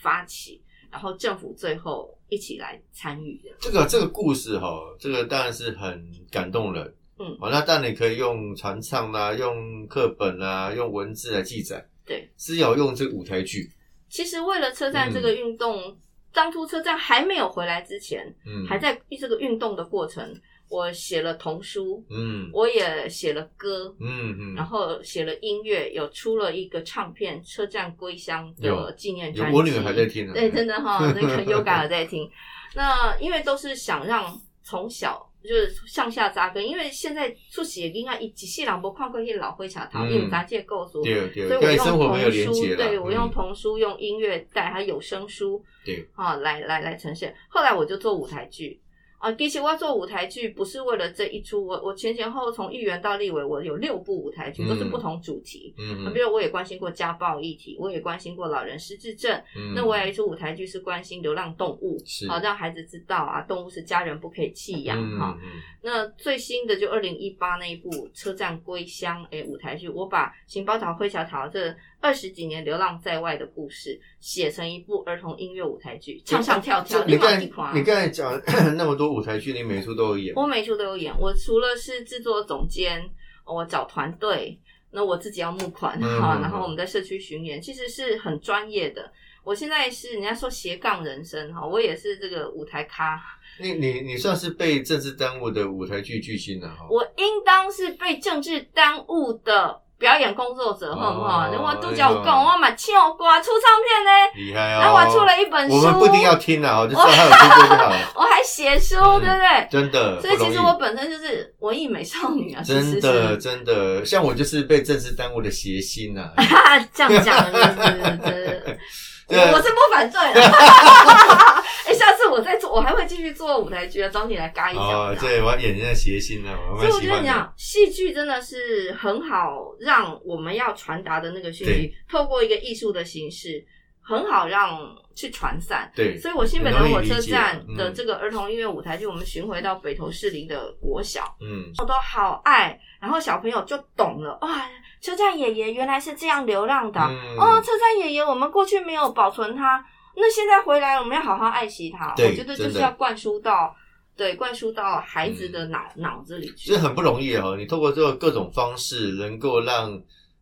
Speaker 2: 发起，然后政府最后一起来参与的。
Speaker 1: 这个这个故事哈、这个当然是很感动人。
Speaker 2: 嗯
Speaker 1: 哦，那当然你可以用传唱啦、用课本啦、用文字来记载。
Speaker 2: 对，
Speaker 1: 是要用这个舞台剧。
Speaker 2: 其实为了车站这个运动，当初车站还没有回来之前，
Speaker 1: 嗯，
Speaker 2: 还在这个运动的过程，我写了童书，
Speaker 1: 嗯
Speaker 2: 我也写了歌，
Speaker 1: 嗯嗯，
Speaker 2: 然后写了音乐，有出了一个唱片《车站归乡》的
Speaker 1: 有
Speaker 2: 纪念
Speaker 1: 有
Speaker 2: 专辑。
Speaker 1: 我女儿还在听呢。啊
Speaker 2: 对，真的 哈、那个 Yoga 有在听。那因为都是想让从小就是向下扎根，因为现在出席应该一几世人没看过一老灰茶桃，
Speaker 1: 嗯
Speaker 2: 因为杂界构书。
Speaker 1: 对对
Speaker 2: 所
Speaker 1: 跟
Speaker 2: 以我用
Speaker 1: 生活没有
Speaker 2: 童
Speaker 1: 连
Speaker 2: 书，
Speaker 1: 结了。
Speaker 2: 对我用
Speaker 1: 嗯
Speaker 2: 童书、用音乐带还有有声书，
Speaker 1: 对，
Speaker 2: 啊，来来来呈现。后来我就做舞台剧啊，其实我做舞台剧不是为了这一出，我我前前后后从议员到立委，我有六部舞台剧，都是
Speaker 1: 嗯
Speaker 2: 不同主题。
Speaker 1: 嗯
Speaker 2: 啊
Speaker 1: 嗯
Speaker 2: 比如我也关心过家暴议题，我也关心过老人失智症，
Speaker 1: 嗯，
Speaker 2: 那我有一出舞台剧是关心流浪动物，
Speaker 1: 是
Speaker 2: 好、让孩子知道啊，动物是家人不可以弃养
Speaker 1: 嗯
Speaker 2: 哈、
Speaker 1: 嗯
Speaker 2: 那最新的就二零一八那一部《车站归乡》诶舞台剧，我把邢包桃、灰小桃这二十几年流浪在外的故事写成一部儿童音乐舞台剧，唱唱跳跳，
Speaker 1: 你
Speaker 2: 立马
Speaker 1: 刚
Speaker 2: 地
Speaker 1: 才
Speaker 2: 垮
Speaker 1: 你。刚才讲 那么多舞台剧，你每一出都有演。
Speaker 2: 我每出都有演，我除了是制作总监，哦我找团队，那我自己要募款
Speaker 1: 嗯
Speaker 2: 哈、
Speaker 1: 嗯
Speaker 2: 然后
Speaker 1: 嗯
Speaker 2: 我们在社区巡演，其实是很专业的。我现在是人家说斜杠人生哈，我也是这个舞台咖，
Speaker 1: 你你你算是被政治耽误的舞台剧巨星了哈。
Speaker 2: 我应当是被政治耽误的表演工作者，好不好？
Speaker 1: 哦
Speaker 2: 我都叫我
Speaker 1: 哎
Speaker 2: 讲，
Speaker 1: 呦
Speaker 2: 我嘛唱歌出唱片呢，
Speaker 1: 厉害
Speaker 2: 然
Speaker 1: 哦！
Speaker 2: 后我还出了一本书，
Speaker 1: 我们不一定要听啦，我哦就知道他有听过就好了，
Speaker 2: 我还写书，
Speaker 1: 嗯
Speaker 2: 对不对？
Speaker 1: 真的。
Speaker 2: 所以
Speaker 1: 不容
Speaker 2: 其
Speaker 1: 易
Speaker 2: 实我本身就是文艺美少女啊，其
Speaker 1: 真
Speaker 2: 实
Speaker 1: 的
Speaker 2: 是。
Speaker 1: 真的，像我就是被正式耽误的谐星呐、啊。
Speaker 2: 哈哈，这样讲的就是，
Speaker 1: 对
Speaker 2: 我我是不反对的。哎，下次我再做，我还会继续做舞台剧啊，找你来嘎一
Speaker 1: 哦
Speaker 2: 脚，。
Speaker 1: 对，我要演人家谐星啊，我
Speaker 2: 所以
Speaker 1: 蛮
Speaker 2: 我
Speaker 1: 喜
Speaker 2: 觉得
Speaker 1: 欢
Speaker 2: 你
Speaker 1: 的。
Speaker 2: 讲戏剧真的是很好，让我们要传达的那个讯息，透过一个艺术的形式，很好让去传散。
Speaker 1: 对，
Speaker 2: 所以我新北的火车站
Speaker 1: 很容易理解
Speaker 2: 的
Speaker 1: 嗯
Speaker 2: 这个儿童音乐舞台剧，我们巡回到北投士林的国小，
Speaker 1: 嗯，
Speaker 2: 我都好爱，然后小朋友就懂了，哇，车站爷爷原来是这样流浪的啊，
Speaker 1: 嗯
Speaker 2: 哦，车站爷爷，我们过去没有保存它，那现在回来我们要好好爱惜它。
Speaker 1: 对
Speaker 2: 我觉得就
Speaker 1: 真
Speaker 2: 是
Speaker 1: 的嗯
Speaker 2: 要灌输到，对，灌输到孩子的脑、脑子里去
Speaker 1: 这。很不容易哦。你透过这个各种方式，能够让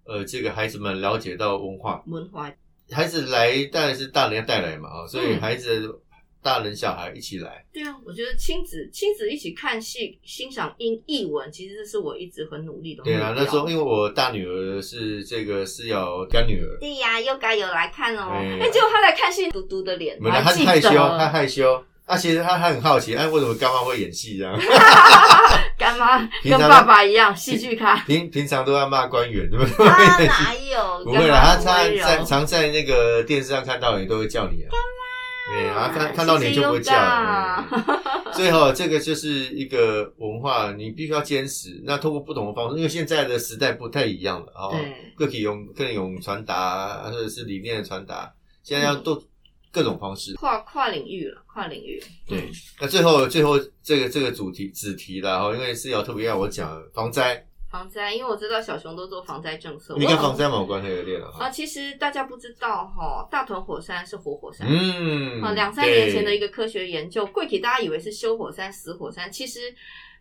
Speaker 1: 呃这个孩子们了解到文化。
Speaker 2: 文化
Speaker 1: 孩子来当然是大人要带来嘛，哦，所以
Speaker 2: 嗯
Speaker 1: 孩子、大人、小孩一起来。
Speaker 2: 对啊，我觉得亲子亲子一起看戏、欣赏英译文，其实这是我一直很努力的目
Speaker 1: 对
Speaker 2: 标。
Speaker 1: 啊，那时候因为我大女儿是这个是要干女儿，
Speaker 2: 对呀、又该有来看哦。
Speaker 1: 哎呀
Speaker 2: 哎，结果他来看是嘟嘟的脸，
Speaker 1: 没
Speaker 2: 我
Speaker 1: 有，她
Speaker 2: 还记
Speaker 1: 害羞， 她
Speaker 2: 得
Speaker 1: 害羞。啊，其实她她很好奇，哎，为什么干妈会演戏这样？
Speaker 2: 干妈
Speaker 1: 平
Speaker 2: 跟
Speaker 1: 常
Speaker 2: 爸爸一样戏剧咖。
Speaker 1: 平平常都在骂官员， 对不对？
Speaker 2: 他哪有？
Speaker 1: 不会
Speaker 2: 干妈
Speaker 1: 啦，他
Speaker 2: 很
Speaker 1: 他
Speaker 2: 温柔
Speaker 1: 在常在那个电视上看到你，都会叫你啊。对啊，看看到你就不会叫了。
Speaker 2: 谢谢
Speaker 1: 嗯所以哈、这个就是一个文化，你必须要坚持。那通过不同的方式，因为现在的时代不太一样了啊、哦，
Speaker 2: 对，
Speaker 1: 各体用各种传达，或者是理念的传达，现在要都各种方式。
Speaker 2: 跨跨领域了，跨领域。
Speaker 1: 对，那最后最后这个这个主题子题啦，哦哈，因为是要特别要我讲防灾，
Speaker 2: 防灾，因为我知道小熊都做防灾政策。
Speaker 1: 你跟
Speaker 2: 我
Speaker 1: 防灾蛮有关系的练了
Speaker 2: 啊、
Speaker 1: 哈。
Speaker 2: 其实大家不知道哈，大屯火山是活火山。
Speaker 1: 嗯
Speaker 2: 啊，两三年前的一
Speaker 1: 个
Speaker 2: 个科学研究，贵体大家以为是修火山、死火山，其实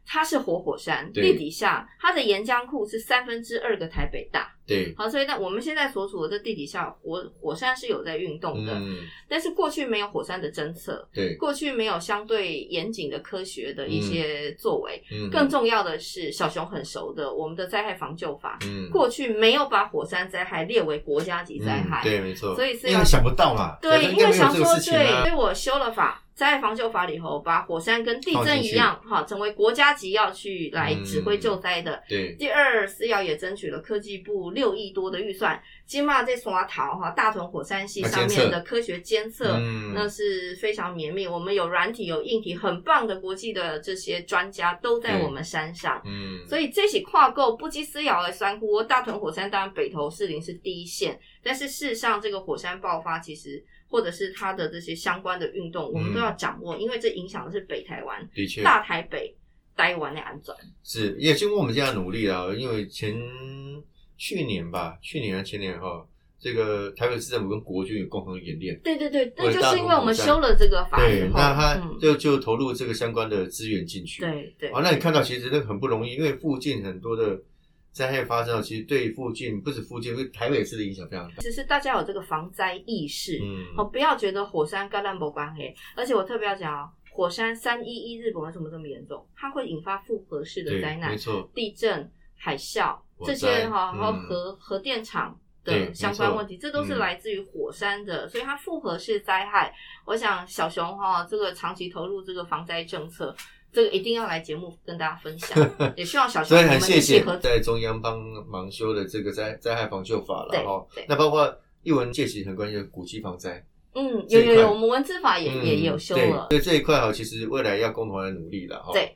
Speaker 2: 它是活火山，
Speaker 1: 对
Speaker 2: 地底下它的岩浆库是三分之二个台北大。
Speaker 1: 对，
Speaker 2: 好，所以那我们现在所处的这地底下火火山是有在运动的，
Speaker 1: 嗯，
Speaker 2: 但是过去没有火山的侦测，
Speaker 1: 对，
Speaker 2: 过去没有相对严谨的科学的一些作为。
Speaker 1: 嗯，
Speaker 2: 更重要的是，小熊很熟的我们的灾害防救法，
Speaker 1: 嗯
Speaker 2: 过去没有把火山灾害列为国家级灾害。
Speaker 1: 嗯对，没错，
Speaker 2: 所以是要
Speaker 1: 因为想不到嘛，
Speaker 2: 对
Speaker 1: 反正
Speaker 2: 因为
Speaker 1: 应该
Speaker 2: 想
Speaker 1: 没有这
Speaker 2: 说
Speaker 1: 个事情
Speaker 2: 对，
Speaker 1: 啊
Speaker 2: 所以我修了法。灾害防救法里头，把火山跟地震一样，哈，成为国家级要去来
Speaker 1: 嗯
Speaker 2: 指挥救灾的。
Speaker 1: 对，
Speaker 2: 第二，四要也争取了科技部六亿多的预算，金马这刷桃哈大屯火山系
Speaker 1: 要
Speaker 2: 上
Speaker 1: 啊监
Speaker 2: 面
Speaker 1: 测
Speaker 2: 的科学监测，
Speaker 1: 嗯
Speaker 2: 那是非常绵密。我们有软体，有硬体，很棒的国际的这些专家都在
Speaker 1: 对
Speaker 2: 我们山上。
Speaker 1: 嗯，
Speaker 2: 所以这起跨购不计私窑的山窟，大屯火山当然北投士林是第一线，但是事实上这个火山爆发其实或者是它的这些相关的运动，我们
Speaker 1: 嗯
Speaker 2: 都要掌握，因为这影响的是北台湾、
Speaker 1: 的确
Speaker 2: 大台北、台湾的安全。
Speaker 1: 是，也经过我们这样的努力啊，因为前去年吧，去年还前年哈，这个台北市政府跟国军有共同演练，
Speaker 2: 对对对，那
Speaker 1: 为
Speaker 2: 就
Speaker 1: 大
Speaker 2: 是
Speaker 1: 屯
Speaker 2: 因为我
Speaker 1: 火
Speaker 2: 们
Speaker 1: 山
Speaker 2: 修了这个法
Speaker 1: 对
Speaker 2: 之，后，
Speaker 1: 那他
Speaker 2: 嗯，
Speaker 1: 就就投入这个相关的资源进去，，
Speaker 2: 对对
Speaker 1: 啊，那你看到其实那个很不容易，因为附近很多的。灾害发生，其实对附近不止附近，对台北市的影响非常大。
Speaker 2: 只是大家有这个防灾意识，哦，
Speaker 1: 嗯，
Speaker 2: 不要觉得火山跟烂博关黑，而且我特别要讲哦，火山三一一日本为什么这么严重？它会引发复合式的
Speaker 1: 对
Speaker 2: 灾，
Speaker 1: 没
Speaker 2: 难，
Speaker 1: 错，
Speaker 2: 地震、海啸
Speaker 1: 火
Speaker 2: 这
Speaker 1: 灾
Speaker 2: 些哈，
Speaker 1: 嗯
Speaker 2: 然后核、核电厂。的
Speaker 1: 对
Speaker 2: 相
Speaker 1: 没
Speaker 2: 关
Speaker 1: 错
Speaker 2: 问题，这都是
Speaker 1: 嗯
Speaker 2: 来自于火山的，所以它复合式灾害。我想小熊哈、这个长期投入这个防灾政策，这个一定要来节目跟大家分享， 也希望小熊
Speaker 1: 所以
Speaker 2: 我们
Speaker 1: 很谢
Speaker 2: 一起
Speaker 1: 谢
Speaker 2: 合作。
Speaker 1: 在中央帮忙修的这个灾灾害防救法
Speaker 2: 对
Speaker 1: 了哦。
Speaker 2: 对
Speaker 1: 那包括一文界其实很关心的古迹防灾，
Speaker 2: 嗯，有
Speaker 1: 这一
Speaker 2: 有有，
Speaker 1: 块
Speaker 2: 我们文字法也、
Speaker 1: 嗯
Speaker 2: 也有修
Speaker 1: 对
Speaker 2: 了，
Speaker 1: 所以这一块哦，其实未来要共同来努力了哈。
Speaker 2: 对，